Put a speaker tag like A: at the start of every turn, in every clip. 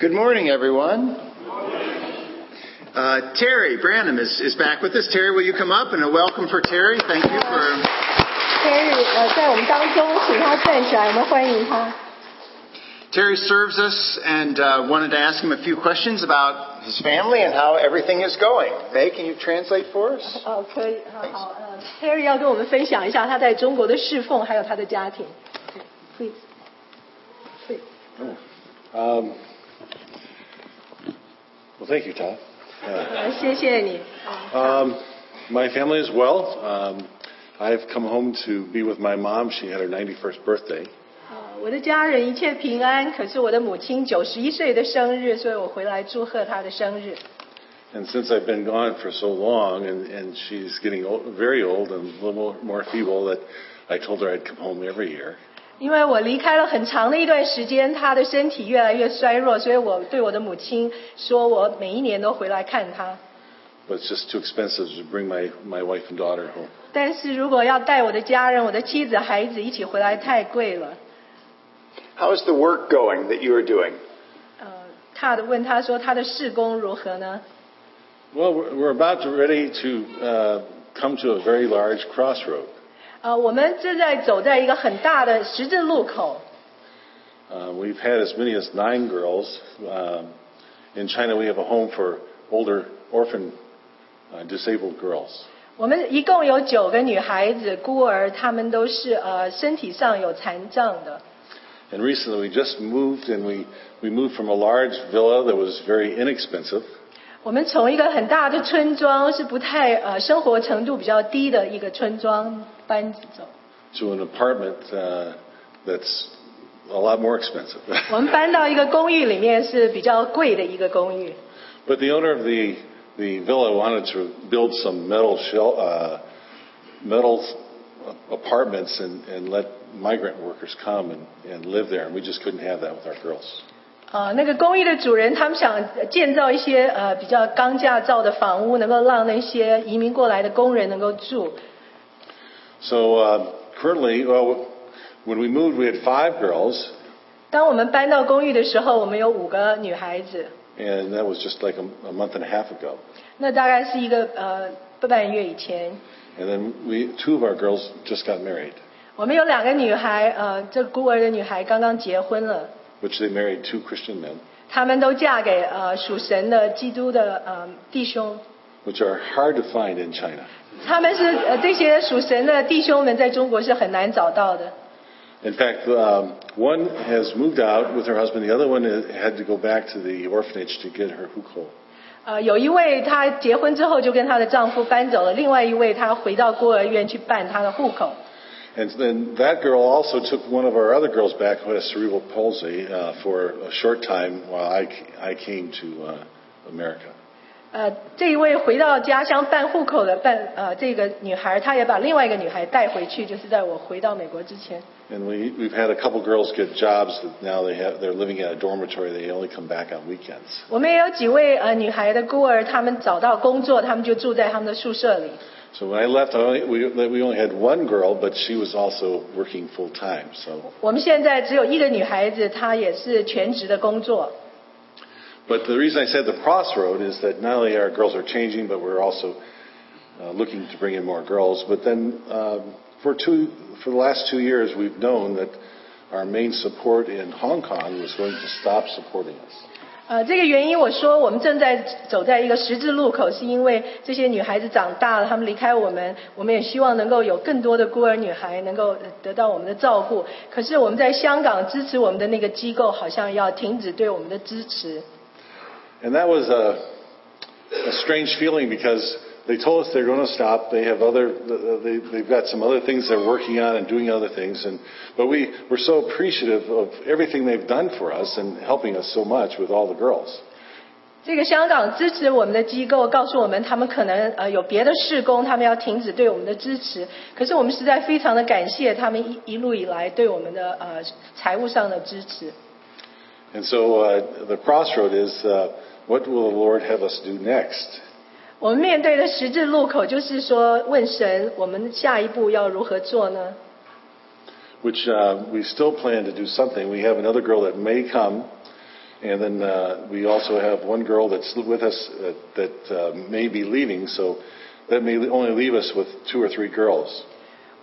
A: Good morning, everyone. Uh, Terry Branham is, is back with us. Terry, will you come up? And a welcome for Terry. Thank you for.
B: Terry 呃在我们当中，请他站起来，我们欢迎他。
A: Terry serves us and uh, wanted to ask him a few questions about his family and how everything is going. May, can you translate for us?
B: 哦，可以，好好，呃，Terry 要跟我们分享一下他在中国的侍奉，还有他的家庭。Please, please.
C: Um, well, thank you, Todd.
B: 呃，谢谢你。
C: Um, my family is well. Um, I've come home to be with my mom. She had her 91st birthday.
B: 呃，我的家人一切平安，可是我的母亲九十一岁的生日，所以我回来祝贺她的生日。
C: And since I've been gone for so long, and, and she's getting old, very old and a little more, more feeble, that I told her I'd come home every year.
B: 因为我离开了很长的一段时间，她的身体越来越衰弱，所以我对我的母亲说，我每一年都回来看她。
C: But it's just too expensive to bring my, my wife and daughter home.
B: 但是如果要带我的家人、我的妻子、孩子一起回来，太贵了。
A: How is the work going that you are doing?
B: 呃，他的问他说他的事工如何呢？
C: Well, we're, we're about to ready to uh, come to a very large crossroad.
B: 呃，我们正在走在一个很大的十字路口。
C: Uh, we've had as many as nine girls. Um, in China, we have a home for older orphan uh, disabled girls.
B: 我们一共有九个女孩子、孤儿，她们都是呃身体上有残障的。
C: And recently, we just moved, and we, we moved from a large villa that was very inexpensive
B: 我们从一个很大的村庄，是不太呃生活程度比较低的一个村庄搬走。
C: to an apartment uh, that's a lot more expensive.
B: 我们搬到一个公寓里面是比较贵的一个公寓。
C: but the owner of the the villa wanted to build some metal shell uh, metal apartments and, and let migrant workers come and, and live there, and we just couldn't have that with our girls.
B: 呃，那个公寓的主人他们想建造一些呃比较高价造的房屋，能够让那些移民过来的工人能够住。
C: So uh, currently, well, when we moved, we had five girls,
B: 当我们搬到公寓的时候，我们有五个女孩子，
C: and that was just like a, a month and a half ago.
B: 那大概是一个呃半月以前。
C: And then we, two of our girls just got married,
B: 我们有两个女孩，呃，这孤儿的女孩刚刚结婚了，
C: which they married two Christian men,
B: 她们都嫁给呃属神的基督的呃弟兄，
C: which are hard to find in China.
B: 他们是呃这些属神的弟兄们在中国是很难找到的。
C: In fact, um, one has moved out with her husband. The other one had to go back to the orphanage to get her hukou.
B: 呃，有一位她结婚之后就跟她的丈夫搬走了，另外一位她回到孤儿院去办她的户口。
C: And then that girl also took one of our other girls back who has cerebral palsy uh, for a short time while I, c- I came to uh, America.
B: 呃，这一位回到家乡办户口的办呃这个女孩，她也把另外一个女孩带回去，就是在我回到美国之前。
C: And we, we've had a couple girls get jobs that now they have, they're living in a dormitory. They only come back on weekends.
B: 我们也有几位呃女孩的孤儿，她们找到工作，她们就住在他们的宿舍里。
C: So when I left, I only, we, we only had one girl, but she was also working full time. So,
B: 我们现在只有一个女孩子，她也是全职的工作。
C: but the reason I said the crossroad is that not only our girls are changing, but we're also uh, looking to bring in more girls. But then um, for two, for the last two years, we've known that our main support in Hong Kong was going to stop supporting us.
B: 呃，这个原因我说我们正在走在一个十字路口，是因为这些女孩子长大了，她们离开我们，我们也希望能够有更多的孤儿女孩能够呃得到我们的照顾。可是我们在香港支持我们的那个机构好像要停止对我们的支持。
C: And that was a, a strange feeling because they told us they're going to stop. They have other, they, they've got some other things they're working on and doing other things. And, but we were so appreciative of everything they've done for us and helping us so much with all the girls.
B: 这个香港支持我们的机构告诉我们，他们可能呃有别的事工，他们要停止对我们的支持。可是我们实在非常的感谢他们一一路以来对我们的呃财务上的支持。
C: And so uh, the crossroad is, uh, what will the Lord have us do next?
B: 我们面对的十字路口就是说，问神，我们下一步要如何做呢？
C: Which uh, we still plan to do something. We have another girl that may come. And then uh, we also have one girl that's with us uh, that uh, may be leaving, so that may only leave us with two or three girls.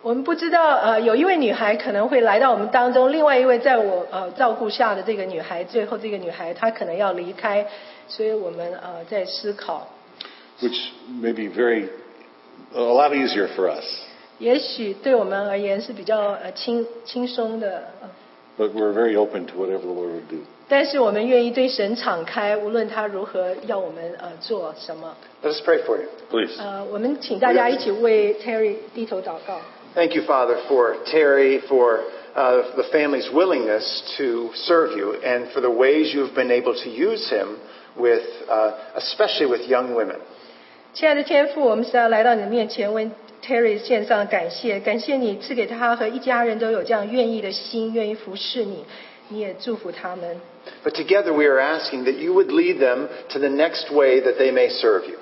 B: 我们不知道，呃，有一位女孩可能会来到我们当中，另外一位在我呃照顾下的这个女孩，最后这个女孩她可能要离开，所以我们呃在思考，
C: which may be very a lot easier for us.
B: 也许对我们而言是比较呃轻轻松的、呃
C: But we're very open to whatever the Lord would do.
B: 但是我们愿意对神敞开，无论他如何要我们呃做什么。
A: Let us pray for you.
C: Please.
B: 呃，我们请大家一起为 Terry 低头祷告。
A: Thank you, Father, for Terry, for uh, the family's willingness to serve you, and for the ways you've been able to use him with, uh, especially with young women.
B: 亲爱的天父，我们是要来到你的面前，为 Terry 献上感谢，感谢你赐给他和一家人都有这样愿意的心，愿意服侍你，你也祝福他们。
A: But together we are asking that you would lead them to the next way that they may serve you.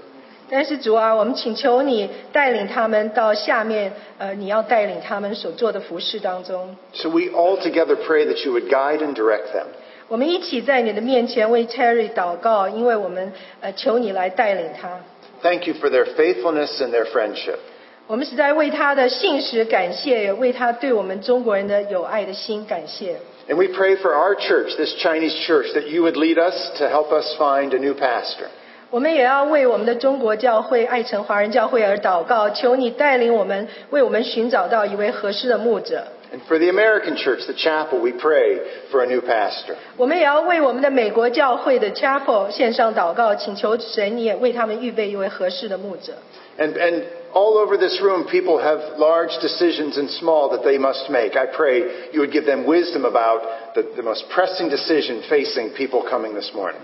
B: 但是主啊，我们请求你带领他们到下面，呃，你要带领他们所做的服侍当中。
A: So we all together pray that you would guide and direct them.
B: 我们一起在你的面前为 Terry 祷告，因为我们呃求你来带领他。
A: Thank you for their faithfulness and their friendship.
B: 我们实在为他的信实感谢，也为他对我们中国人的友爱的心感谢。
A: And we pray for our church, this Chinese church, that you would lead us to help us find a new pastor.
B: 我们也要为我们的中国教会爱城华人教会而祷告，求你带领我们，为我们寻找到一位合适的牧者。
A: And for the American church, the chapel, we pray for a new pastor.
B: 我们也要为我们的美国教会的 Chapel 献上祷告，请求神你也为他们预备一位合适的牧者。
A: And, and all over this room, people have large decisions and small that they must make. I pray you would give them wisdom about the, the most pressing decision facing people coming this morning.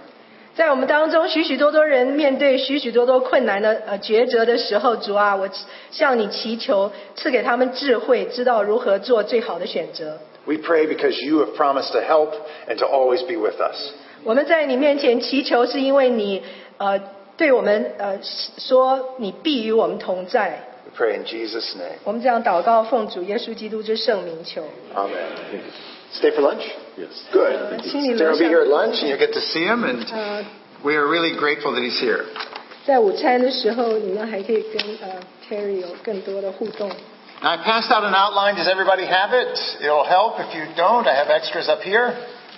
B: 在我们当中，许许多多人面对许许多多困难的呃抉择的时候，主啊，我向你祈求，赐给他们智慧，知道如何做最好的选择。
A: We pray because you have promised to help and to always be with us.
B: 我们在你面前祈求，是因为你呃对我们呃说你必与我们同在。
A: We pray in Jesus' name.
B: 我们这样祷告，奉主耶稣基督之圣名求。
A: Amen. Stay for lunch?
C: Yes.
A: Good.
B: Thank you.
A: Darren will be here at lunch, and you'll get to see him, and
B: Uh,
A: we are really grateful that he's here.
B: 在午餐的时候，你们还可以跟呃 Terry 有更多的互动。
A: Now, I passed out an outline. Does everybody have it? It'll help. If you don't, I have extras up here.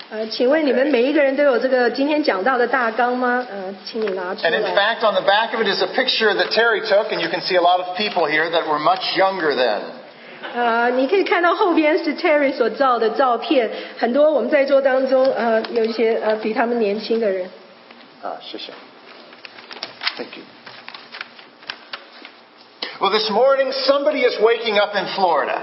B: 呃，请问你们每一个人都有这个今天讲到的大纲吗？呃，请你拿出
A: And in
B: 来。
A: fact, on the back of it is a picture that Terry took, and you can see a lot of people here that were much younger then.
B: 呃，你可以看到后边是 Terry 所照的照片，很多我们在座当中呃有一些呃比他们年轻的人。
A: Ah, shisha. Thank you. Well, this morning, somebody is waking up in Florida.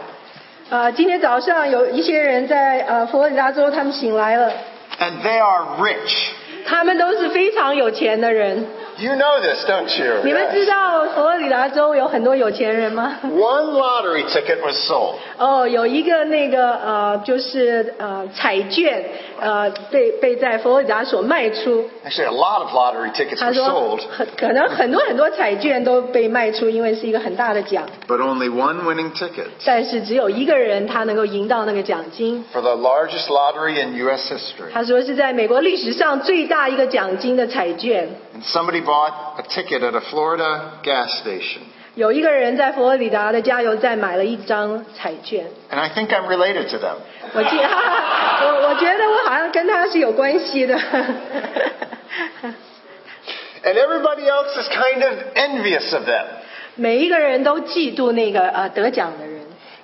B: 呃，今天早上有一些人在呃佛罗里达州，他们醒来了，
A: and they are rich.
B: 他们都是非常有钱的人。
A: You know this, don't you?
B: 你们知道佛罗里达州有很多有钱人吗？
A: One lottery ticket was sold.
B: 哦，有一个那个呃，就是呃彩券呃被被在佛罗里达所卖出。
A: Actually, a lot of lottery tickets
B: 他
A: were
B: 说
A: sold,
B: 很可能很多很多彩券都被卖出，因为是一个很大的奖，
A: but only one winning ticket
B: 但是只有一个人他能够赢到那个奖金。
A: for the largest lottery in U.S. history.
B: 他说是在美国历史上最大一个奖金的彩券。
A: And somebody bought a ticket at a Florida gas station.
B: 有一个人在佛罗里达的加油站买了一张彩券，
A: And I think I'm related to them.
B: 我记， 我我觉得我好像跟他是有关系的。
A: And everybody else is kind of envious of them.
B: 每一个人都嫉妒那个呃得奖的人。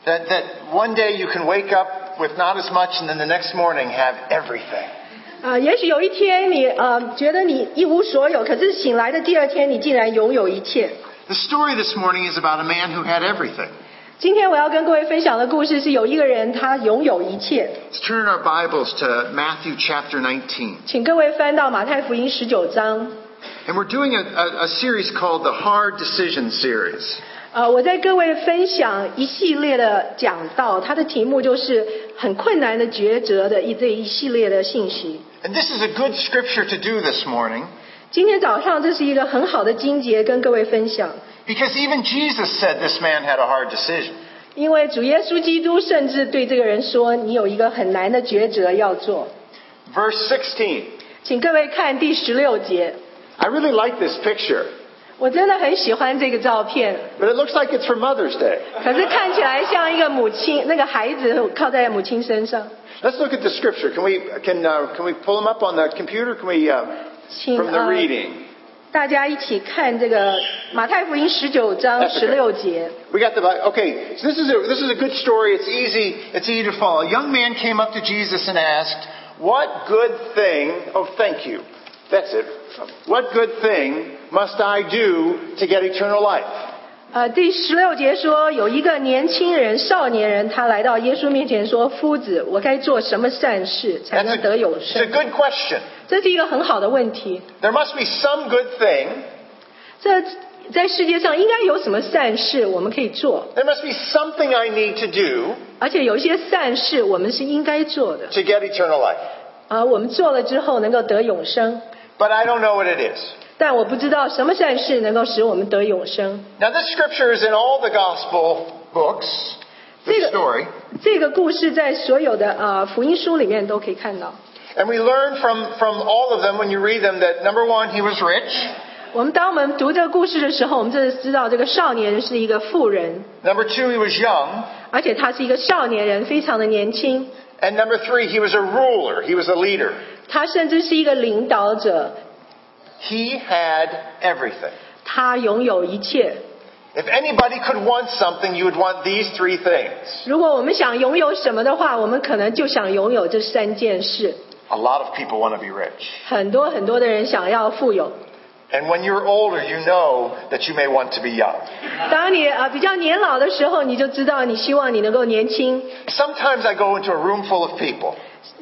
A: That, that one day you can wake up with not as much and then the next morning have everything.
B: 啊，也许有一天你呃觉得你一无所有，可是醒来的第二天你竟然拥有一切。
A: The story this morning is about a man who had everything.
B: 今天我要跟各位分享的故事是有一个人他拥有一切，
A: Let's turn our Bibles to Matthew chapter 19.
B: 请各位翻到马太福音十九章。
A: And we're doing a, a, a series called the Hard Decision Series.
B: 呃，我在各位分享一系列的讲道，它的题目就是很困难的抉择的一这一系列的信息。
A: And this is a good scripture to do this morning
B: 今天早上这是一个很好的经节，跟各位分享，
A: because even Jesus said this man had a hard decision.
B: 因为主耶稣基督甚至对这个人说：“你有一个很难的抉择要做。”
A: Verse 16
B: 请各位看第十六节，
A: I really like this picture,
B: 我真的很喜欢这个照片，
A: but it looks like it's for Mother's Day.
B: 可是看起来像一个母亲，那个孩子靠在母亲身上。
A: Let's look at the scripture. Can we can uh, can we pull them up on the computer? Can we uh,
B: 请
A: from the
B: 呃
A: reading?
B: 大家一起看这个马太福音十九章
A: That's
B: 十
A: okay.
B: 六节。
A: We got the Bi- okay. So this is a this is a good story. It's easy. It's easy to follow. A young man came up to Jesus and asked, "What good thing?" Oh, thank you. That's it. What good thing must I do to get eternal life?
B: 呃，第十六节说，有一个年轻人、少年人，他来到耶稣面前说：“夫子，我该做什么善事才
A: That's
B: 能
A: a,
B: 得永
A: it's a
B: 生
A: good question.？”
B: 哎这是一个很好的问题。
A: There must be some good thing.
B: 这在世界上应该有什么善事我们可以做？
A: There must be something I need to do
B: 而且有一些善事我们是应该做的，
A: to get eternal life,
B: 而我们做了之后能够得永生。
A: but I don't know what it is.
B: 但我不知道什么善事能够使我们得永生。
A: Now, this scripture is in all the gospel books. This
B: Dig-
A: story.
B: 这个故事在所有的呃福音书里面都可以看到。
A: And we learn from, from all of them when you read them that number one, he was rich.
B: 我们当我们读这个故事的时候，我们就知道这个少年是一个富人，
A: Number two, he was young.
B: 而且他是一个少年人，非常的年轻。
A: And number three, he was a ruler. He was a leader.
B: 他甚至是一个领导者，
A: He had everything.
B: 他拥有一切。
A: If anybody could want something, you would want these three things.
B: 如果我们想拥有什么的话，我们可能就想拥有这三件事。
A: A lot of people want to be rich.
B: 很多很多的人想要富有。
A: And when you're older, you know that you may want to be young.
B: 当你呃比较年老的时候，你就知道你希望你能够年轻。
A: Sometimes I go into a room full of people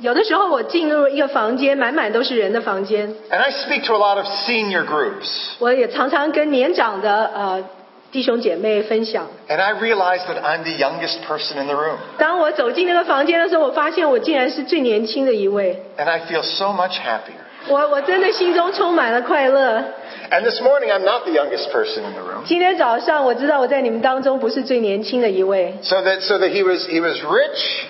B: 有的时候我进入一个房间，满满都是人的房间，
A: and I speak to a lot of senior groups
B: 我也常常跟年长的呃弟兄姐妹分享。
A: and I realize that I'm the youngest person in the room
B: 当我走进那个房间的时候，我发现我竟然是最年轻的一位。
A: and I feel so much happier.
B: 我我真的心中充满了快乐。
A: And this morning I'm not the youngest person in the room.
B: 今天早上我知道我在你们当中不是最年轻的一位，
A: So that so that he was he was rich,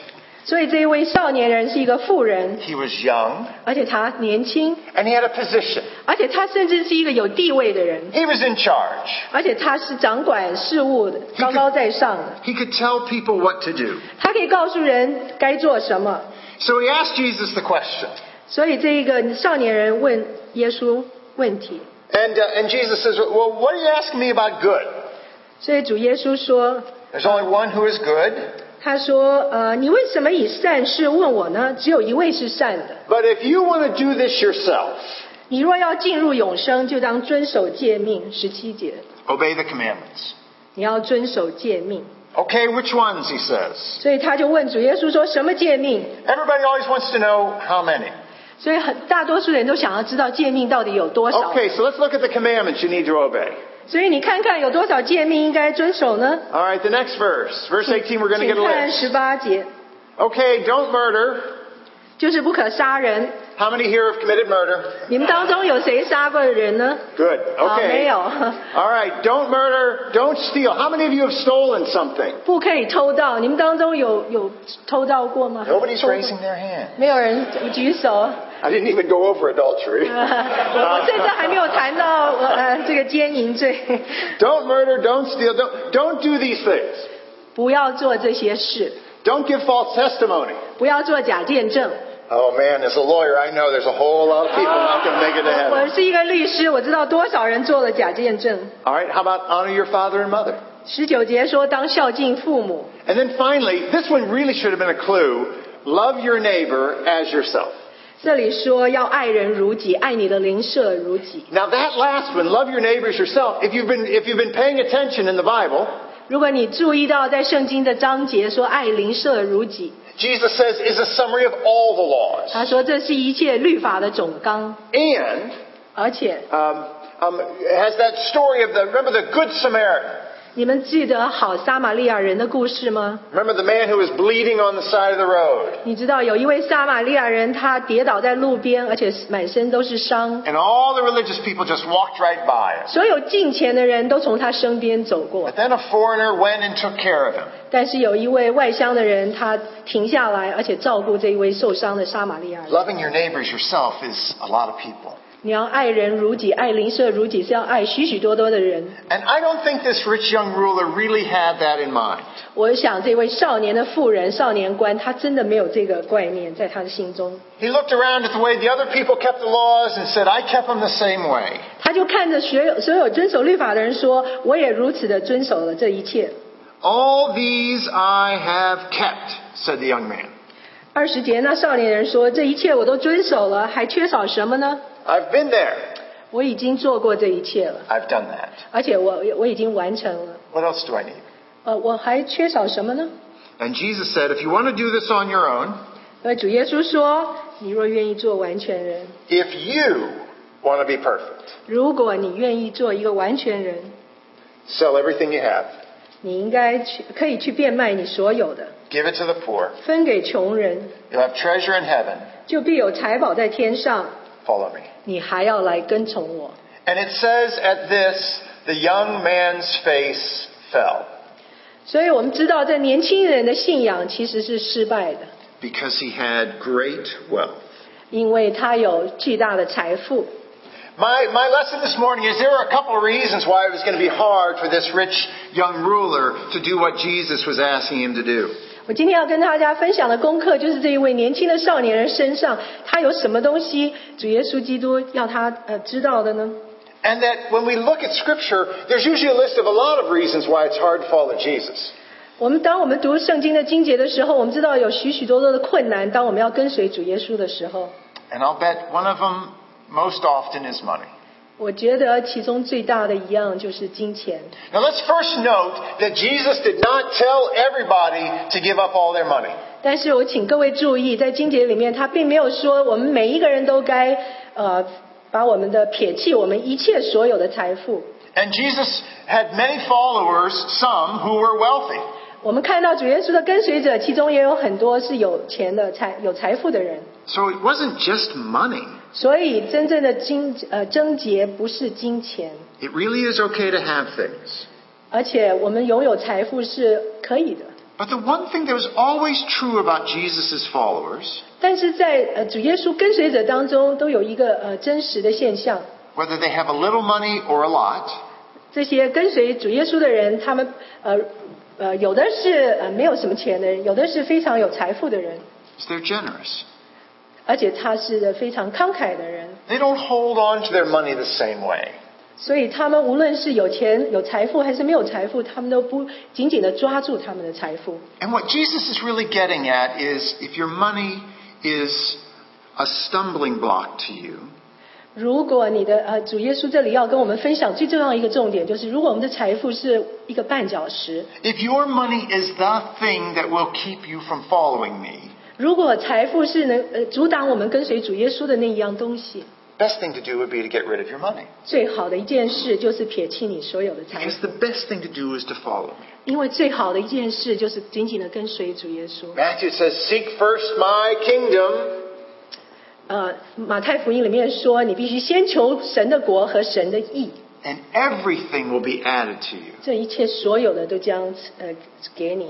B: 所以这一位少年人是一个富人，
A: he was young,
B: 而且他年轻，
A: and he had a position.
B: 而且他甚至是一个有地位的人。
A: He was in charge.
B: 而且他是掌管事务的，高高在上的，
A: He could tell people what to do.
B: 他可以告诉人该做什么。
A: So he asked Jesus the question.
B: 所以这一个少年人问耶稣问题，
A: And uh, and Jesus says, "Well, what are you asking me about good?
B: 所以主耶稣说，
A: There's only one who is good."
B: 他说，呃，你为什么以善事问我呢？只有一位是善的。
A: But if you want to do this yourself,
B: 你若要进入永生，就当遵守诫命。十七节，
A: obey the commandments.
B: 你要遵守诫命。
A: Okay, which ones, he says.
B: 所以他就问主耶稣说，什么诫命？
A: Everybody always wants to know how many.
B: 所以很大多数人都想要知道诫命到底有多少。
A: Okay, so let's look at the commandments you need to obey.
B: 所以你看看有多少诫命应该遵守呢？
A: All right, the next verse. Verse 18, we're going to
B: 请
A: get a
B: 看十
A: list.
B: 八节，
A: Okay, don't murder.
B: 就是不可杀人。
A: How many here have committed murder?
B: 你们当中有谁杀过人呢？
A: Good.
B: 啊，
A: Okay.
B: 没有，
A: All right, don't murder. Don't steal. How many of you have stolen something?
B: 不可以偷盗。你们当中有有偷盗过吗
A: Nobody's
B: 偷盗
A: raising their hand.
B: 没有人举手。
A: I didn't even go over adultery.
B: 呃 我我甚至还没有谈到我呃这个奸淫罪，
A: Don't murder. Don't steal. Don't, don't do these things.
B: 不要做这些事，
A: Don't give false testimony.
B: 不要做假见证。
A: Oh man, as a lawyer, I know there's a whole lot of people not going to make it to
B: 我
A: heaven.
B: 是一个律师，我知道多少人做了假见证。
A: All right, how about honor your father and mother?
B: 十九节说当孝敬父母，
A: And then finally, this one really should have been a clue. Love your neighbor as yourself.
B: 这里说要爱人如己，爱你的邻舍如己。
A: Now that last one, love your neighbor as yourself. If you've been if you've been paying attention in the Bible,
B: 如果你注意到在圣经的章节说爱邻舍如己，
A: Jesus says is a summary of all the laws.
B: 他说这是一切律法的总纲，
A: And
B: 而且
A: um, um, it has that story of the remember the Good Samaritan.
B: 你们记得好撒玛利亚人的故事吗？
A: Remember the man who was bleeding on the side of the road?
B: 你知道有一位撒玛利亚人，他跌倒在路边，而且满身都是伤，
A: And all the religious people just walked right by him.
B: 所有近前的人都从他身边走过
A: But。then a foreigner went and took care of him.
B: 但是有一位外乡的人，他停下来，而且照顾这一位受伤的撒玛利亚人。
A: Loving your neighbors yourself is a lot of people.
B: 你要爱人如己，爱邻舍如己，是要爱许许多多的人。
A: And I don't think this rich young ruler really had that in mind.
B: 我想这位少年的妇人、少年官，他真的没有这个观念在他的心中。
A: He looked around at the way the other people kept the laws and said, I kept them the same way.
B: 他就看着所有所有遵守律法的人说：“我也如此的遵守了这一切。
A: All these I have kept, said the young man. ”
B: 二十节，那少年人说：“这一切我都遵守了，还缺少什么呢？
A: I've been there.
B: 我已经做过这一切了，
A: I've done that.
B: 而且我我已经完成了。
A: What else do I need?
B: 呃，我还缺少什么呢？”
A: And Jesus said, If you want to do this on your own,
B: 呃，主耶稣说：“你若愿意做完全人，
A: if you want to be perfect,
B: 如果你愿意做一个完全人，
A: sell everything you have,
B: 你应该去可以去变卖你所有的，
A: give it to the poor.
B: 分给穷人，
A: You'll have treasure in heaven.
B: 就必有财宝在天上。
A: Follow me.
B: 你还要来跟从我。”
A: And it says at this, the young man's face fell
B: 所以我们知道，这年轻人的信仰其实是失败的，
A: because he had great wealth.
B: 因为他有巨大的财富。
A: My, my lesson this morning is there were a couple of reasons why it was going to be hard for this rich young ruler to do what Jesus was asking him to do.
B: 我今天要跟大家分享的功课，就是这一位年轻的少年人身上，他有什么东西，主耶稣基督要他呃知道的呢？
A: And that when we look at Scripture, there's usually a list of a lot of reasons why it's hard to follow Jesus.
B: 我们当我们读圣经的经节的时候，我们知道有许许多多的困难。当我们要跟随主耶稣的时候，
A: And I'll bet one of them most often is money.
B: 我觉得其中最大的一样就是金钱。
A: Now let's first note that Jesus did not tell everybody to give up all their money.
B: 但是我请各位注意，在经节里面，他并没有说我们每一个人都该呃把我们的撇弃我们一切所有的财富。
A: And Jesus had many followers, some who were wealthy.
B: 我们看到主耶稣的跟随者，其中也有很多是有钱的财有财富的人。
A: So it wasn't just money.
B: 所以，真正的金呃症结不是金钱，
A: It really is okay to have things.
B: 而且我们拥有财富是可以的。
A: But the one thing that was always true about Jesus' followers,
B: 但是在呃主耶稣跟随者当中，都有一个呃真实的现象：
A: whether they have a little money or a lot,
B: 这些跟随主耶稣的人，他们呃呃有的是呃没有什么钱的人，有的是非常有财富的人，
A: is they're generous.
B: 而且他是非常慷慨的人。
A: They don't hold on to their money the same way.
B: 所以他们无论是有钱、有财富还是没有财富，他们都不紧紧地抓住他们的财富。
A: And what Jesus is really getting at is if your money is a stumbling block to you,
B: 如果你的呃主耶稣这里要跟我们分享最重要一个重点，就是如果我们的财富是一个绊脚石，
A: if your money is the thing that will keep you from following me,
B: 如果财富是能呃阻挡我们跟随主耶稣的那一样东西，
A: best thing to do would be to get rid of your money.
B: 最好的一件事就是撇弃你所有的财
A: Because
B: 富，
A: the best thing to do is to follow me.
B: 因为最好的一件事就是紧紧的跟随主耶稣。
A: Matthew says, Seek first my kingdom,
B: 呃，马太福音里面说，你必须先求神的国和神的义，
A: and everything will be added to you.
B: 这一切所有的都将呃给你。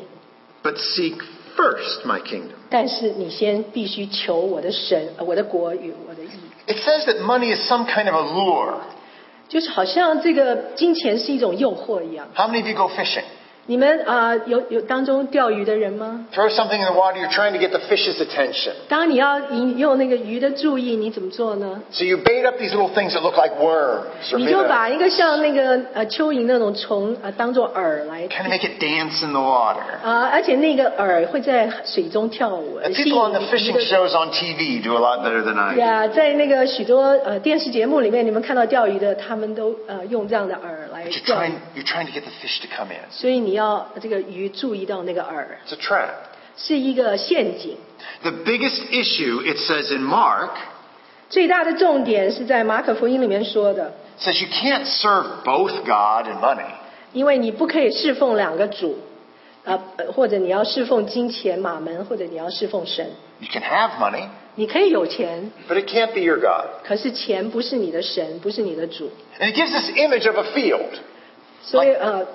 A: But seek first my kingdom.
B: 但是你先必须求我的神、呃我的国与我的义。
A: It says that money is some kind of a lure.
B: 就是好像这个金钱是一种诱惑一样。
A: How many of you go fishing?
B: 你们啊、呃有有当中钓鱼的人吗？
A: Throw something in the water, you're trying to get the fish's attention.
B: 当你要引诱那个鱼的注意，你怎么做呢？
A: So you bait up these little things that look like worms or
B: 你
A: maybe
B: 就把一个像那个呃蚯蚓那种虫呃当做饵来
A: kind of make it dance in the water.
B: 啊、而且那个饵会在水中跳舞，
A: The
B: 吸引
A: people on the
B: 鱼
A: fishing
B: 的。
A: shows on TV do a lot better than I do.
B: 呀在那个许多呃电视节目里面，你们看到钓鱼的，他们都呃用这样的饵来
A: But you're
B: 钓鱼，
A: trying, you're trying to get the fish to come in.
B: 所以你要这个鱼注意到那个饵
A: It's a trap.
B: 是一个陷阱。
A: The biggest issue, it says in Mark,
B: 最大的重点是在马可福音里面说的，
A: says you can't serve both God and money.
B: 因为你不可以侍奉两个主，啊，呃或者你要侍奉金钱马门，或者你要侍奉神。
A: You can have money,
B: 你可以有钱，
A: but it can't be your God.
B: 可是钱不是你的神，不是你的主，
A: And it gives this image of a field.
B: 所以呃，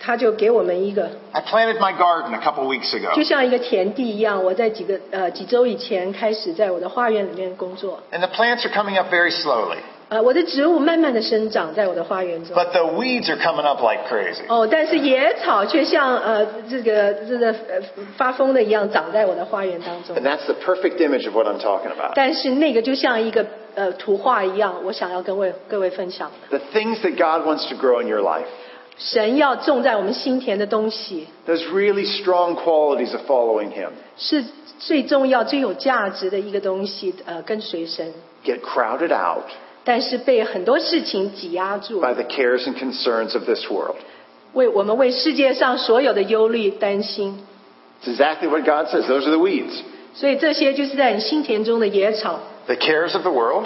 B: 他就给我们一个，
A: I planted my garden a couple weeks ago,
B: 就像一个田地一样。我在几个呃几周以前开始在我的花园里面工作，
A: and the plants are coming up very slowly,
B: 呃，我的植物慢慢的生长在我的花园中。
A: but the weeds are coming up like crazy.
B: 哦，但是野草却像呃这个这个呃发疯的一样长在我的花园当中
A: And。that's the perfect image of what I'm talking about.
B: 但是那个就像一个呃图画一样，我想要跟位各位分享，
A: The things that God wants to grow in your life.
B: 神要种在我们心田的东西
A: There's really strong qualities of following Him.
B: 是最重要、最有价值的一个东西，呃，跟随神。
A: Get crowded out
B: 但是被很多事情挤压住，
A: by the cares and concerns of this world.
B: 为我们为世界上所有的忧虑担心，
A: It's exactly what God says. Those are the weeds.
B: 所以这些就是在你心田中的野草。
A: The cares of the world,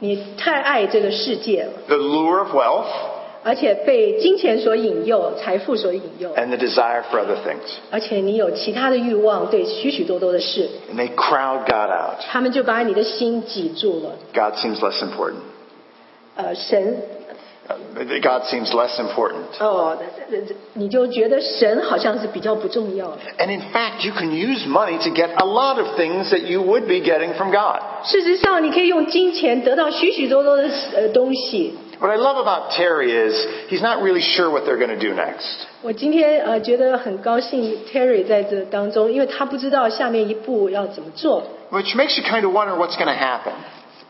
B: 你太爱这个世界了，
A: the lure of wealth,
B: 而且被金钱所引诱，财富所引诱，
A: and the desire for other things.
B: 而且你有其他的欲望，对许许多多的事，
A: And they crowd God out.
B: 他们就把你的心挤住了。
A: God seems less important.
B: 呃，神
A: Uh, God seems less important.
B: 哦，你就觉得神好像是比较不重要的。
A: And in fact, you can use money to get a lot of things that you would be getting from God.
B: 事实上，你可以用金钱得到许许多多的呃东西。
A: What I love about Terry is he's not really sure what they're going to do next.
B: 我今天呃觉得很高兴，Terry 在这当中，因为他不知道下面一步要怎么做。
A: Which makes you kind of wonder what's going to happen.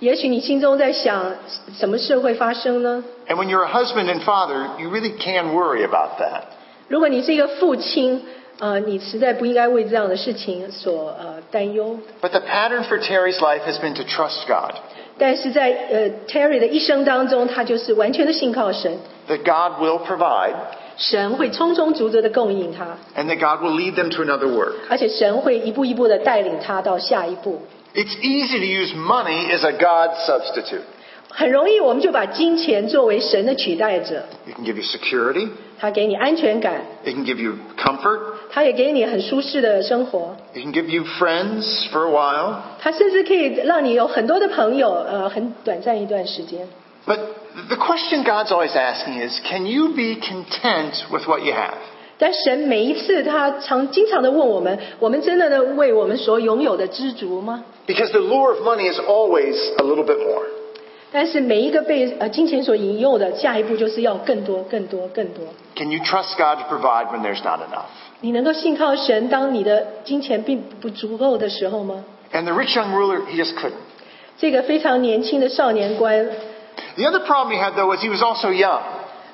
B: 也许你心中在想，什么事会发生呢？
A: And when you're a husband and father, you really can worry about that.
B: 如果你是一个父亲，呃，你实在不应该为这样的事情所呃担忧。
A: But the pattern for Terry's life has been to trust God.
B: 但是在呃 Terry 的一生当中，他就是完全的信靠神，
A: That God will provide
B: 神会充充足足的供应他，
A: and that God will lead them to another work.
B: 而且神会一步一步的带领他到下一步。
A: It's easy to use money as a God substitute.
B: 很容易，我们就把金钱作为神的取代者，
A: It can give you security.
B: 它给你安全感，
A: It can give you comfort.
B: 它也给你很舒适的生活，
A: It can give you friends for a while.
B: 它甚至可以让你有很多的朋友，呃，很短暂一段时间。
A: But the question God's always asking is can you be content with what you have?
B: 但神每一次他常经常的问我们：我们真的能为我们所拥有的知足吗？
A: Because the lure of money is always a little bit more.
B: 但是每一个被呃金钱所引诱的，下一步就是要更多、更多、更多。
A: Can you trust God to provide when there's not enough?
B: 你能够信靠神，当你的金钱并不足够的时候吗？
A: And the rich young ruler, he just couldn't.
B: 这个非常年轻的少年官，
A: The other problem he had, though, was he was also young.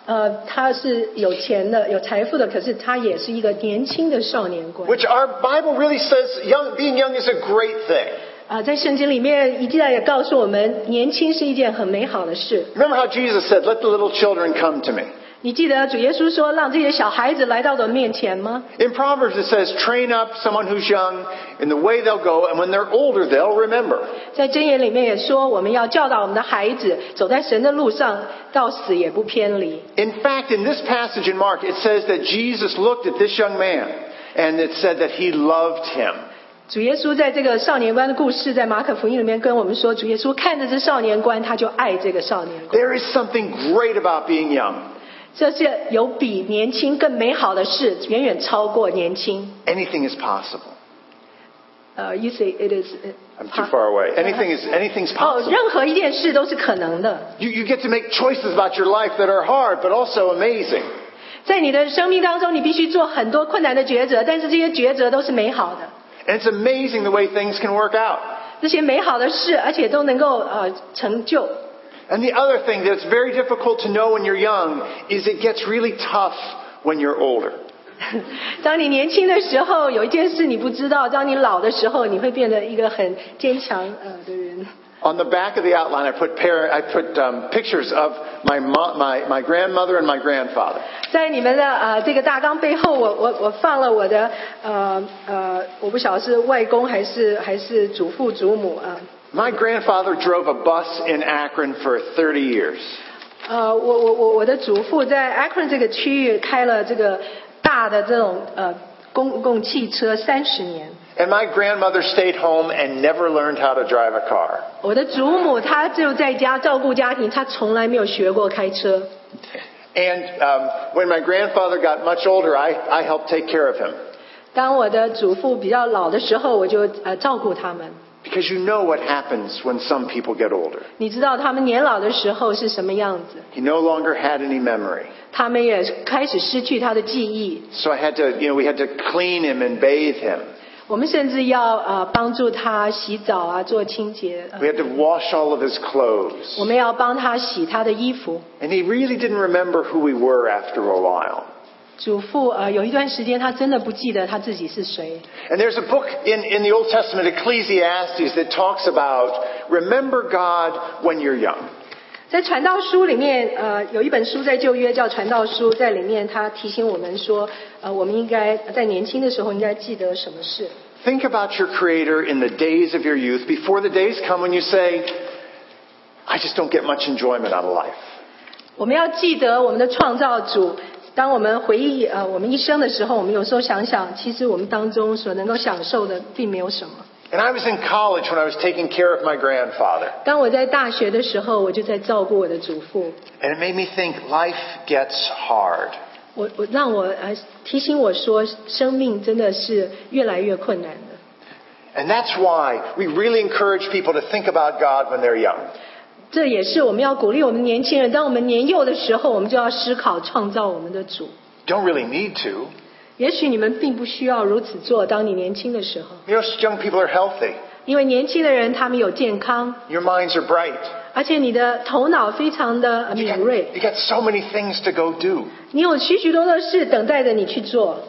B: 呃，他是有钱的、有财富的，可是他也是一个年轻的少年官。
A: Which our Bible really says young, being young is a great thing.
B: 啊、在圣经里面一再也告诉我们，年轻是一件很美好的事。
A: Remember how Jesus said, Let the little children come to me.
B: 你记得主耶稣说，让这些小孩子来到我的面前吗？
A: In Proverbs, it says, Train up someone who's young in the way they'll go, and when they're older, they'll remember.
B: 在箴言里面也说，我们要教导我们的孩子走在神的路上，到死也不偏离。
A: In fact, in this passage in Mark, it says that Jesus looked at this young man and it said that he loved him.
B: 主耶稣在这个少年官的故事，在马可福音里面跟我们说，主耶稣看着这少年官，他就爱这个少年官。
A: There is something great about being young.
B: 这是有比年轻更美好的事，远远超过年轻。
A: Anything is possible.
B: 呃、y o u say it is.
A: I'm too far away. Anything is anything's
B: 哦，
A: possible.
B: 任何一件事都是可能的。
A: You, you get to make choices about your life that are hard but also amazing.
B: 在你的生命当中，你必须做很多困难的抉择，但是这些抉择都是美好的，
A: And it's amazing the way things can work out.
B: 这些美好的事，而且都能够呃成就。
A: And the other thing that's very difficult to know when you're young is it gets really tough when you're older.
B: 当你年轻的时候，有一件事你不知道；当你老的时候，你会变得一个很坚强呃的人。
A: On the back of the outline, I put, par- I put um, pictures of my, mo- my, my grandmother and my grandfather.
B: 在你们的呃这个大纲背后，我我我放了我的呃呃，我不晓得是外公还是还是祖父祖母啊、
A: My grandfather drove a bus in Akron for 30 years.
B: 呃，我我我我的祖父在 Akron 这个区域开了这个大的这种呃公共汽车三十年。
A: And my grandmother stayed home and never learned how to drive a car.
B: 我的祖母她就在家照顾家庭，她从来没有学过开车。
A: And um, when my grandfather got much older, I, I helped take care of him.
B: 当我的祖父比较老的时候，我就呃照顾他们。
A: Because you know what happens when some people get older.
B: 你知道他们年老的时候是什么样
A: He
B: 子？
A: no longer had any memory.
B: 他们也开始失去他的记忆。
A: So I had to, you know, we had to clean him and bathe him.
B: 我们甚至要呃帮助他洗澡啊，做清洁。呃
A: We had to wash all of his clothes.
B: 我们要帮他洗他的衣服。
A: And he really didn't remember who we were after a while.
B: 祖父呃有一段时间他真的不记得他自己是谁。
A: And there's a book in, in the Old Testament, Ecclesiastes, that talks about remember God when you're young.
B: 在传道书里面，呃，有一本书在旧约叫《传道书》，在里面他提醒我们说，呃，我们应该在年轻的时候应该记得什么事。
A: Think about your Creator in the days of your youth, before the days come when you say, I just don't get much enjoyment out of life.
B: 我们要记得我们的创造主。当我们回忆呃我们一生的时候，我们有时候想想，其实我们当中所能够享受的并没有什么。
A: And I was in college when I was taking care of my grandfather.
B: 当我在大学的时候，我就在照顾我的祖父。
A: And it made me think life gets hard.
B: 我我让我呃提醒我说，生命真的是越来越困难的。
A: And that's why we really encourage people to think about God when they're young.
B: 这也是我们要鼓励我们年轻人，当我们年幼的时候，我们就要思考创造我们的主。
A: Don't really need to.
B: 也许你们并不需要如此做，当你年轻的时候，
A: You know, young people are healthy.
B: 因为年轻的人他们有健康，
A: Your minds are bright.
B: 而且你的头脑非常的呃
A: You
B: 敏
A: got,
B: 锐，
A: you got so many things to go do.
B: 你有许许多多的事等待着你去做。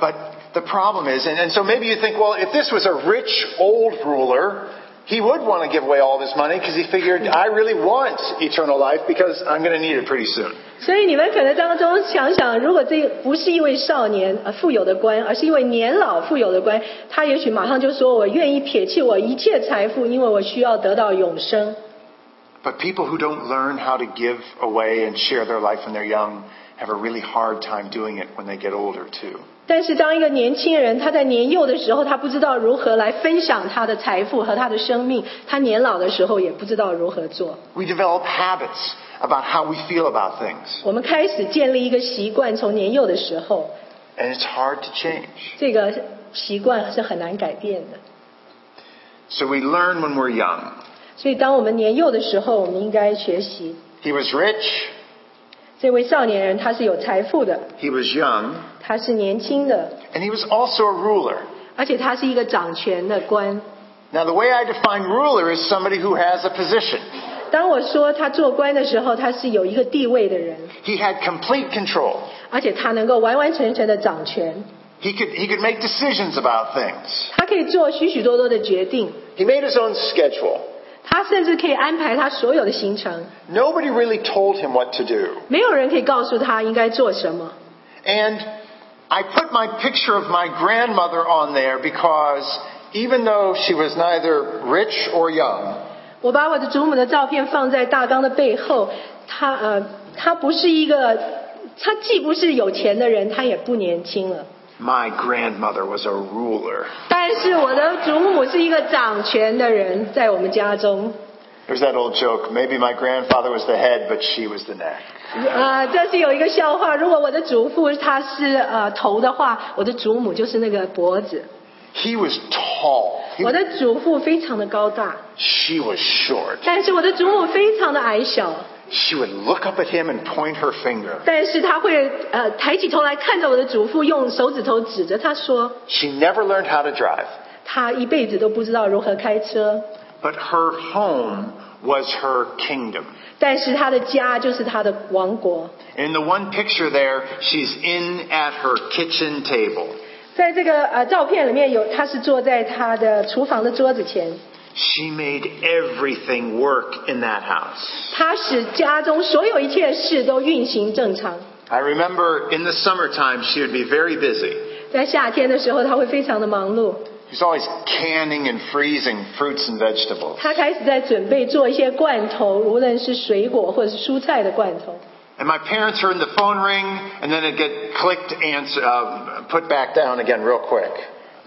A: But the problem is, and, and so maybe you think, well, if this was a rich old ruler, he would want to give away all of his money because he figured, I really want eternal life because I'm going to need it pretty soon.
B: 所以你们可能当中想想，如果这不是一位少年呃富有的官，而是一位年老富有的官，他也许马上就说：“我愿意撇弃我一切财富，因为我需要得到永生。”
A: But people who don't learn how to give away and share their life when they're young have a really hard time doing it when they get older, too.
B: 但是，当一个年轻人他在年幼的时候，他不知道如何来分享他的财富和他的生命；他年老的时候也不知道如何做。
A: We develop habits about how we feel about things,
B: 我们开始建立一个习惯，从年幼的时候，
A: and it's hard to change.
B: 这个习惯是很难改变的。
A: So we learn when we're young.
B: 所以，当我们年幼的时候，我们应该学习。
A: He was rich,
B: 这位少年人他是有财富的，
A: he was young,
B: 他是年轻的，
A: and he was also a ruler.
B: 而且他是一个掌权的官。
A: Now, the way I define ruler is somebody who has a position.
B: 当我说他做官的时候，他是有一个地位的人，
A: He had complete control.
B: 而且他能够完完全全的掌权，
A: He could, he could make decisions about things.
B: 他可以做许许多多的决定，
A: He made his own schedule.
B: 他甚至可以安排他所有的行程，
A: Nobody really told him what to do.
B: 没有人可以告诉他应该做什么。
A: And I put my picture of my grandmother on there because even though she was neither rich or young,
B: 我把我的祖母的照片放在大纲的背后，他呃，他不是一个，他既不是有钱的人，他也不年轻了。
A: my grandmother was a ruler.
B: 但是我的祖母是一个掌权的人，在我们家中，
A: There's that old joke maybe my grandfather was the head, but she was the neck.
B: 呃，这是有一个笑话。如果我的祖父他是呃头的话，我的祖母就是那个脖子。
A: He was tall, He-
B: 我的祖父非常的高大，
A: she was short.
B: 但是我的祖母非常的矮小，
A: She would look up at him and point her finger.
B: 但是他会呃抬起头来看着我的祖父，用手指头指着他说，
A: She never learned how to drive,
B: 他一辈子都不知道如何开车，
A: but her home was her kingdom.
B: 但是他的家就是他的王国。
A: In the one picture there, she's in at her kitchen table.
B: 在这个呃照片里面有，他是坐在他的厨房的桌子前，
A: She made everything work in that house.
B: 他使家中所有一切事都运行正常。
A: I remember in the summertime she would be very busy.
B: 在夏天的时候，他会非常的忙碌。
A: He's always canning and freezing fruits and vegetables.
B: 他开始在准备做一些罐头，无论是水果或者是蔬菜的罐头。
A: And my parents heard the phone ring, and then it get clicked and uh, put back down again real quick.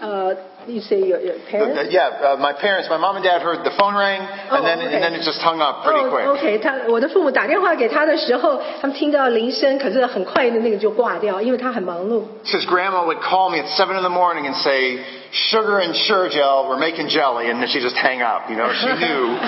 B: 呃、y o u say your your parents？
A: Uh, yeah, uh, my parents, my mom and dad heard the phone ring, and
B: Oh,
A: then
B: okay. Oh,
A: and then it just hung up pretty
B: 哦
A: quick.
B: OK，他我的父母打电话给他的时候，他们听到铃声，可是很快的那个就挂掉，因为他很忙碌。
A: Says grandma would call me at seven in the morning and say, "Sugar and sure gel, we're making jelly," and then she just hang up. You know, she knew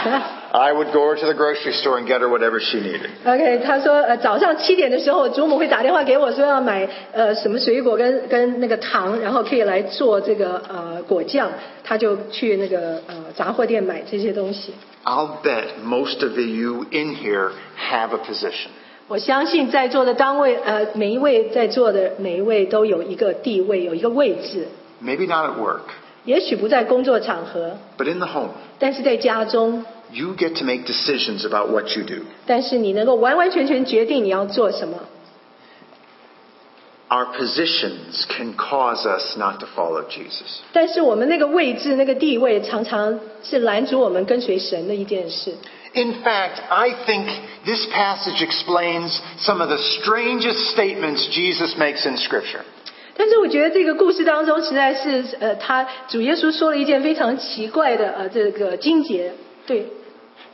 A: I would go over to the grocery store and get her whatever she needed.
B: OK，他说呃早上七点的时候，祖母会打电话给我说要买呃什么水果跟跟那个糖，然后可以来做这个呃果酱，他就去那个呃杂货店买这些东西。
A: I'll bet most of you in here have a position.
B: 我相信在座的单位呃每一位在座的每一位都有一个地位，有一个位置，
A: Maybe not at work,
B: 也许不在工作场合，
A: but in the home,
B: 但是在家中。
A: you get to make decisions about what you do.
B: 但是你能够完完全全决定你要做什么。
A: Our positions can cause us not to follow Jesus.
B: 但是我们那个位置、那个地位，常常是拦阻我们跟随神的一件事。
A: In fact, I think this passage explains some of the strangest statements Jesus makes in Scripture.
B: 但是我觉得这个故事当中，实在是呃，他主耶稣说了一件非常奇怪的呃这个经节。对，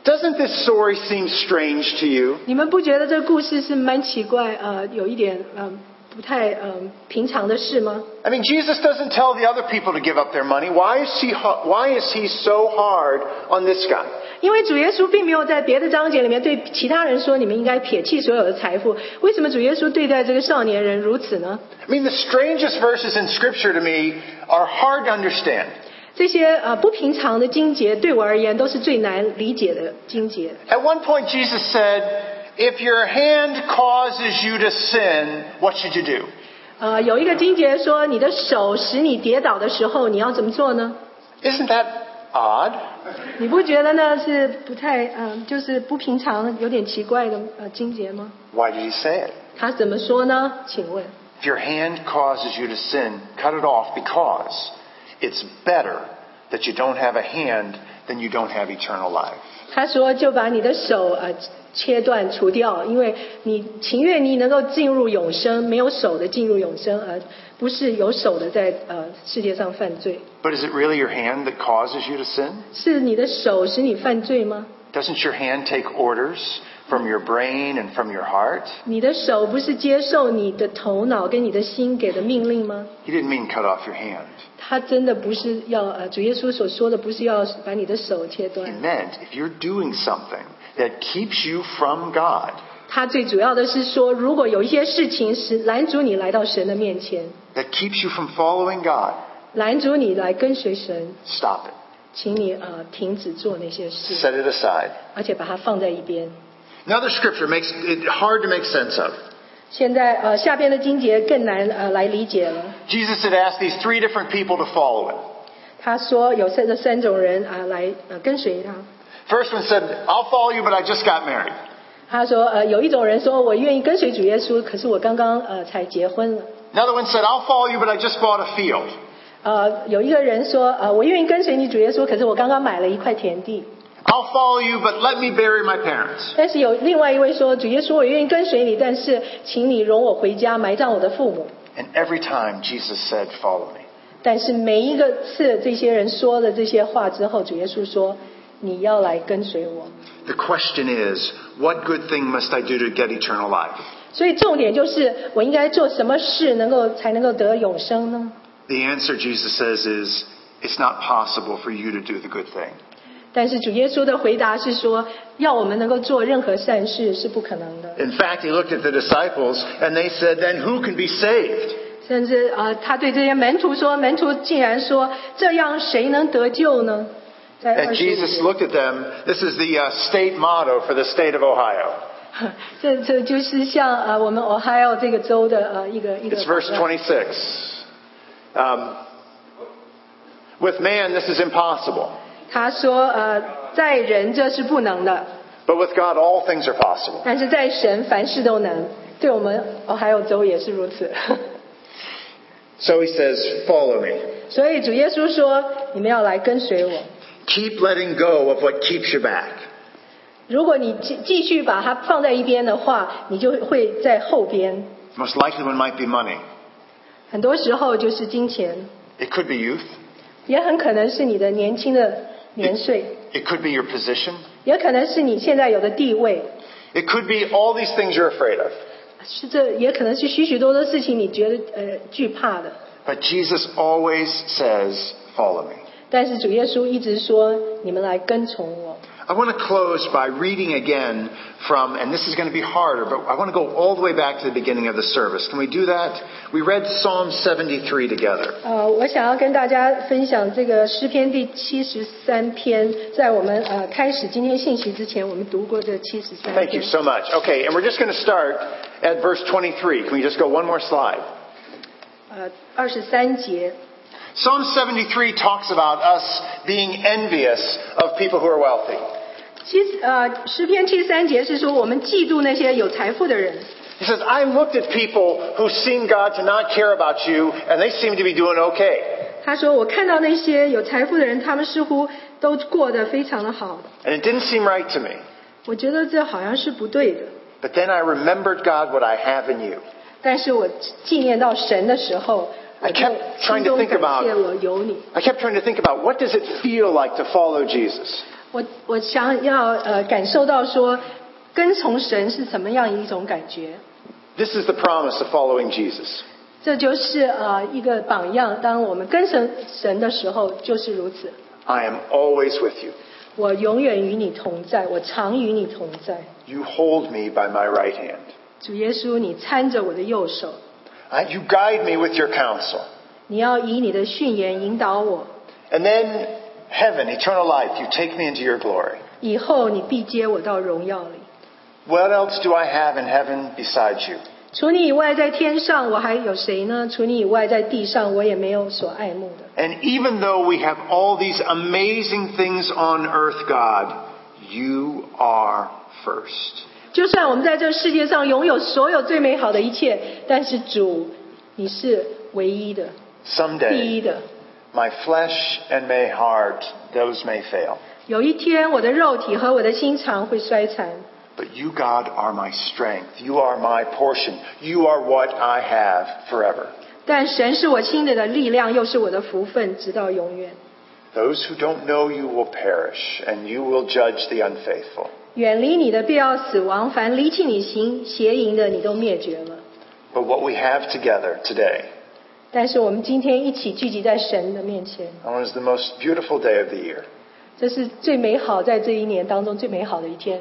A: Doesn't this story seem strange to you?
B: 你们不觉得这个故事是蛮奇怪呃，有一点嗯、呃、不太嗯、呃、平常的事吗？
A: I mean, Jesus doesn't tell the other people to give up their money. Why is he, ho- why is he so hard on this guy?
B: 因为主耶稣并没有在别的章节里面对其他人说你们应该撇弃所有的财富，为什么主耶稣对待这个少年人如此呢？
A: I mean, the strangest verses in Scripture to me are hard to understand.
B: 这些呃不平常的经节对我而言都是最难理解的经节。
A: At one point, Jesus said, If your hand causes you to sin, what should you do?
B: 呃，有一个经节说，你的手使你跌倒的时候，你要怎么做呢？
A: Isn't that odd?
B: 你不觉得呢是不太嗯、呃就是不平常、有点奇怪的呃经节吗？
A: Why did he say it?
B: 他怎么说呢？请问，
A: If your hand causes you to sin, cut it off because it's better that you don't have a hand than you don't have eternal life.
B: 他说就把你的手呃切断除掉，因为你情愿你能够进入永生，没有手的进入永生，而不是有手的在呃世界上犯罪。
A: But is it really your hand that causes you to sin?
B: 是你的手使你犯罪吗？
A: Doesn't your hand take orders from your brain and from your heart?
B: 你的手不是接受你的头脑跟你的心给的命令吗？
A: He didn't mean cut off your hand.
B: 他真的不是要呃，主耶稣所说的不是要把你的手切
A: He
B: 断，
A: meant if you're doing something that keeps you from God,
B: 他最主要的是说，如果有一些事情是拦阻你来到神的面前，
A: that keeps you from following God,
B: 拦阻你来跟随神，
A: stop it.
B: 请你呃停止做那些事，
A: Set it aside.
B: 而且把它放在一边。
A: Another scripture makes it hard to make sense of.
B: 现在呃下边的经节更难呃来理解了。
A: Jesus had asked these three different people to follow him.
B: 他说呃有三这三种人啊、来呃跟随他。
A: First one said, I'll follow you, but I just got married.
B: 他说呃有一种人说我愿意跟随主耶稣，可是我刚刚呃才结婚了。
A: Another one said, I'll follow you, but I just bought a field.
B: 呃，有一个人说，呃，我愿意跟随你主耶稣，可是我刚呃刚买了一块田地。
A: I'll follow you, but let me bury my parents.
B: 但是有另外一位说，主耶稣，我愿意跟随你，但是请你容我回家埋葬我的父母。
A: And every time Jesus said, Follow me.
B: 但是每一个次这些人说了这些话之后，主耶稣说，你要来跟随我。
A: The question is, what good thing must I do to get eternal life?
B: 所以重点就是，我应该做什么事能够才能够得永生呢？
A: The answer, Jesus says, is, It's not possible for you to do the good thing.
B: 但是主耶稣的回答是说，要我们能够做任何善事是不可能的。
A: In fact, he looked at the disciples and they said, Then who can be saved?
B: 甚至呃，他对这些门徒说，门徒竟然说：“这样谁能得救呢？”在
A: And
B: 二十
A: Jesus looked at them. This is the uh, state motto for the state of Ohio.
B: 这这就是像呃我们 Ohio 这个州的呃一个一个
A: It's verse 26. Um, with man, this is impossible,
B: 他说呃，在人这是不能的，
A: but with God, all things are possible.
B: 但是在神凡事都能。对我们 Ohio 州也是如此。
A: So he says, Follow me.
B: 所以主耶稣说：“你们要来跟随我。
A: Keep letting go of what keeps you back.
B: 如果你继继续把它放在一边的话，你就会在后边。
A: Most likely one might be money.
B: 很多时候就是金钱，
A: It could be youth.
B: 也很可能是你的年轻的年岁，
A: It could be your position.
B: 也可能是你现在有的地位，
A: It could be all these things you're afraid of.
B: 是这也可能是许许多多事情你觉得呃惧怕的。
A: But Jesus always says, Follow me.
B: 但是主耶稣一直说：你们来跟从我。
A: I want to close by reading again from, and this is going to be harder, but I want to go all the way back to the beginning of the service. Can we do that? We read Psalm 73 together.
B: 呃，我想要跟大家分享这个诗篇第七十三篇，在我们呃开始今天信息之前，我们读过这七十三
A: Thank you。
B: 篇
A: so much. Okay, and we're just going to start at verse 23. Can we just go one more slide?
B: 呃，二十三节，
A: Psalm 73 talks about us being envious of people who are wealthy.
B: 七十呃诗篇七十三节是说我们嫉妒那些有财富的人。
A: He says, I looked at people who seem God to not care about you, and they seem to be doing okay.
B: 他说：“我看到那些有财富的人，他们似乎都过得非常的好。
A: And it didn't seem right to me.
B: 我觉得这好像是不对的。
A: But then I remembered, God, what I have in you.
B: 但是我纪念到神的时候，我
A: I
B: 就
A: kept
B: 心
A: trying to
B: 中
A: think
B: 感
A: about
B: 谢我有你。
A: I kept trying to think about what does it feel like to follow Jesus?
B: 我我想要呃感受到说，跟从神是什么样一种感觉？
A: This is the promise of following Jesus.
B: 这就是呃一个榜样。当我们跟神神的时候，就是如此。
A: I am always with you.
B: 我永远与你同在，我常与你同在。
A: You hold me by my right hand.
B: 主耶稣，你搀着我的右手，
A: I- you guide me with your counsel.
B: 你要以你的训言引导我。”
A: And then heaven, eternal life, you take me into your glory.
B: 以后你必接我到荣耀里。
A: What else do I have in heaven besides you?
B: 除你以外，在天上我还有谁呢？除你以外，在地上我也没有所爱慕的。
A: And even though we have all these amazing things on earth, God, you are first.
B: 就算我们在这世界上拥有所有最美好的一切，但是主，你是唯一的、第一
A: Someday,
B: 的。
A: my flesh and my heart, those may fail.
B: 有一天，我的肉体和我的心肠会衰残，
A: But you, God, are my strength. You are my portion. You are what I have forever.
B: 但神是我心里的力量，又是我的福分，直到永远。
A: Those who don't know you will perish, and you will judge the unfaithful.
B: 远离你的必要死亡，凡离弃你行邪淫的，你都灭绝了。
A: But what we have together today,
B: 但是我们今天一起聚集在神的面前。
A: oh, is the most beautiful day of the year.
B: 这是最美好，在这一年当中最美好的一天。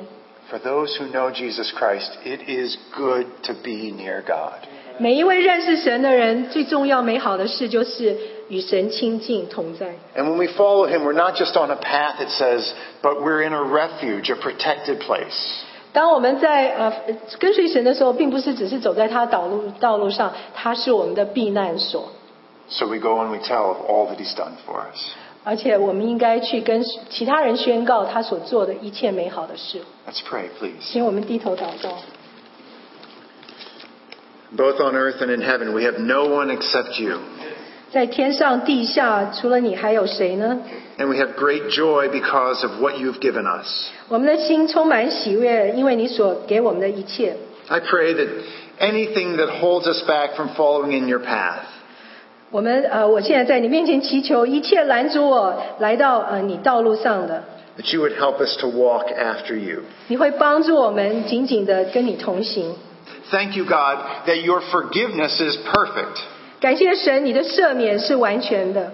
A: For those who know Jesus Christ, it is good to be near God.
B: 每一位认识神的人，最重要美好的事就是与神亲近同在。
A: And when we follow Him, we're not just on a path, it says, but we're in a refuge, a protected place.
B: 当我们在呃跟随神的时候，并不是只是走在他道路道路上，他是我们的避难所，
A: So we go and we tell of all that He's done for us.
B: 而且我们应该去跟其他人宣告他所做的一切美好的事。
A: Let's pray, please.
B: 请我们低头祷告。
A: Both on earth and in heaven, we have no one except you.
B: 在天上地下，除了你还有谁呢？
A: And we have great joy because of what you've given us.
B: 我们的心充满喜悦，因为你所给我们的一切。
A: I pray that anything that holds us back from following in your path,
B: 我们呃，我现在在你面前祈求，一切拦阻我来到呃你道路上的，
A: that you would help us to walk after you.
B: 你会帮助我们紧紧的跟你同行。
A: Thank you, God, that your forgiveness is perfect.
B: 感谢神，你的赦免是完全的。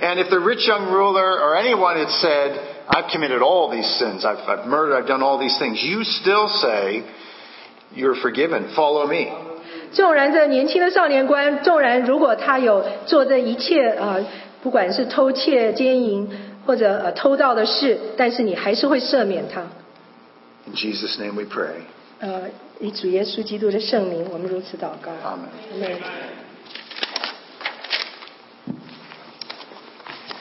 A: And if the rich young ruler or anyone had said, I've committed all these sins, I've, I've murdered, I've done all these things, you still say, You're forgiven, follow me.
B: 纵然这年轻的少年官，纵然如果他有做这一切呃，不管是偷窃、奸淫或者呃偷盗的事，但是你还是会赦免他。
A: In Jesus' name we pray.
B: 呃，以主耶稣基督的圣名，我们如此祷告。
A: Amen.
B: 阿门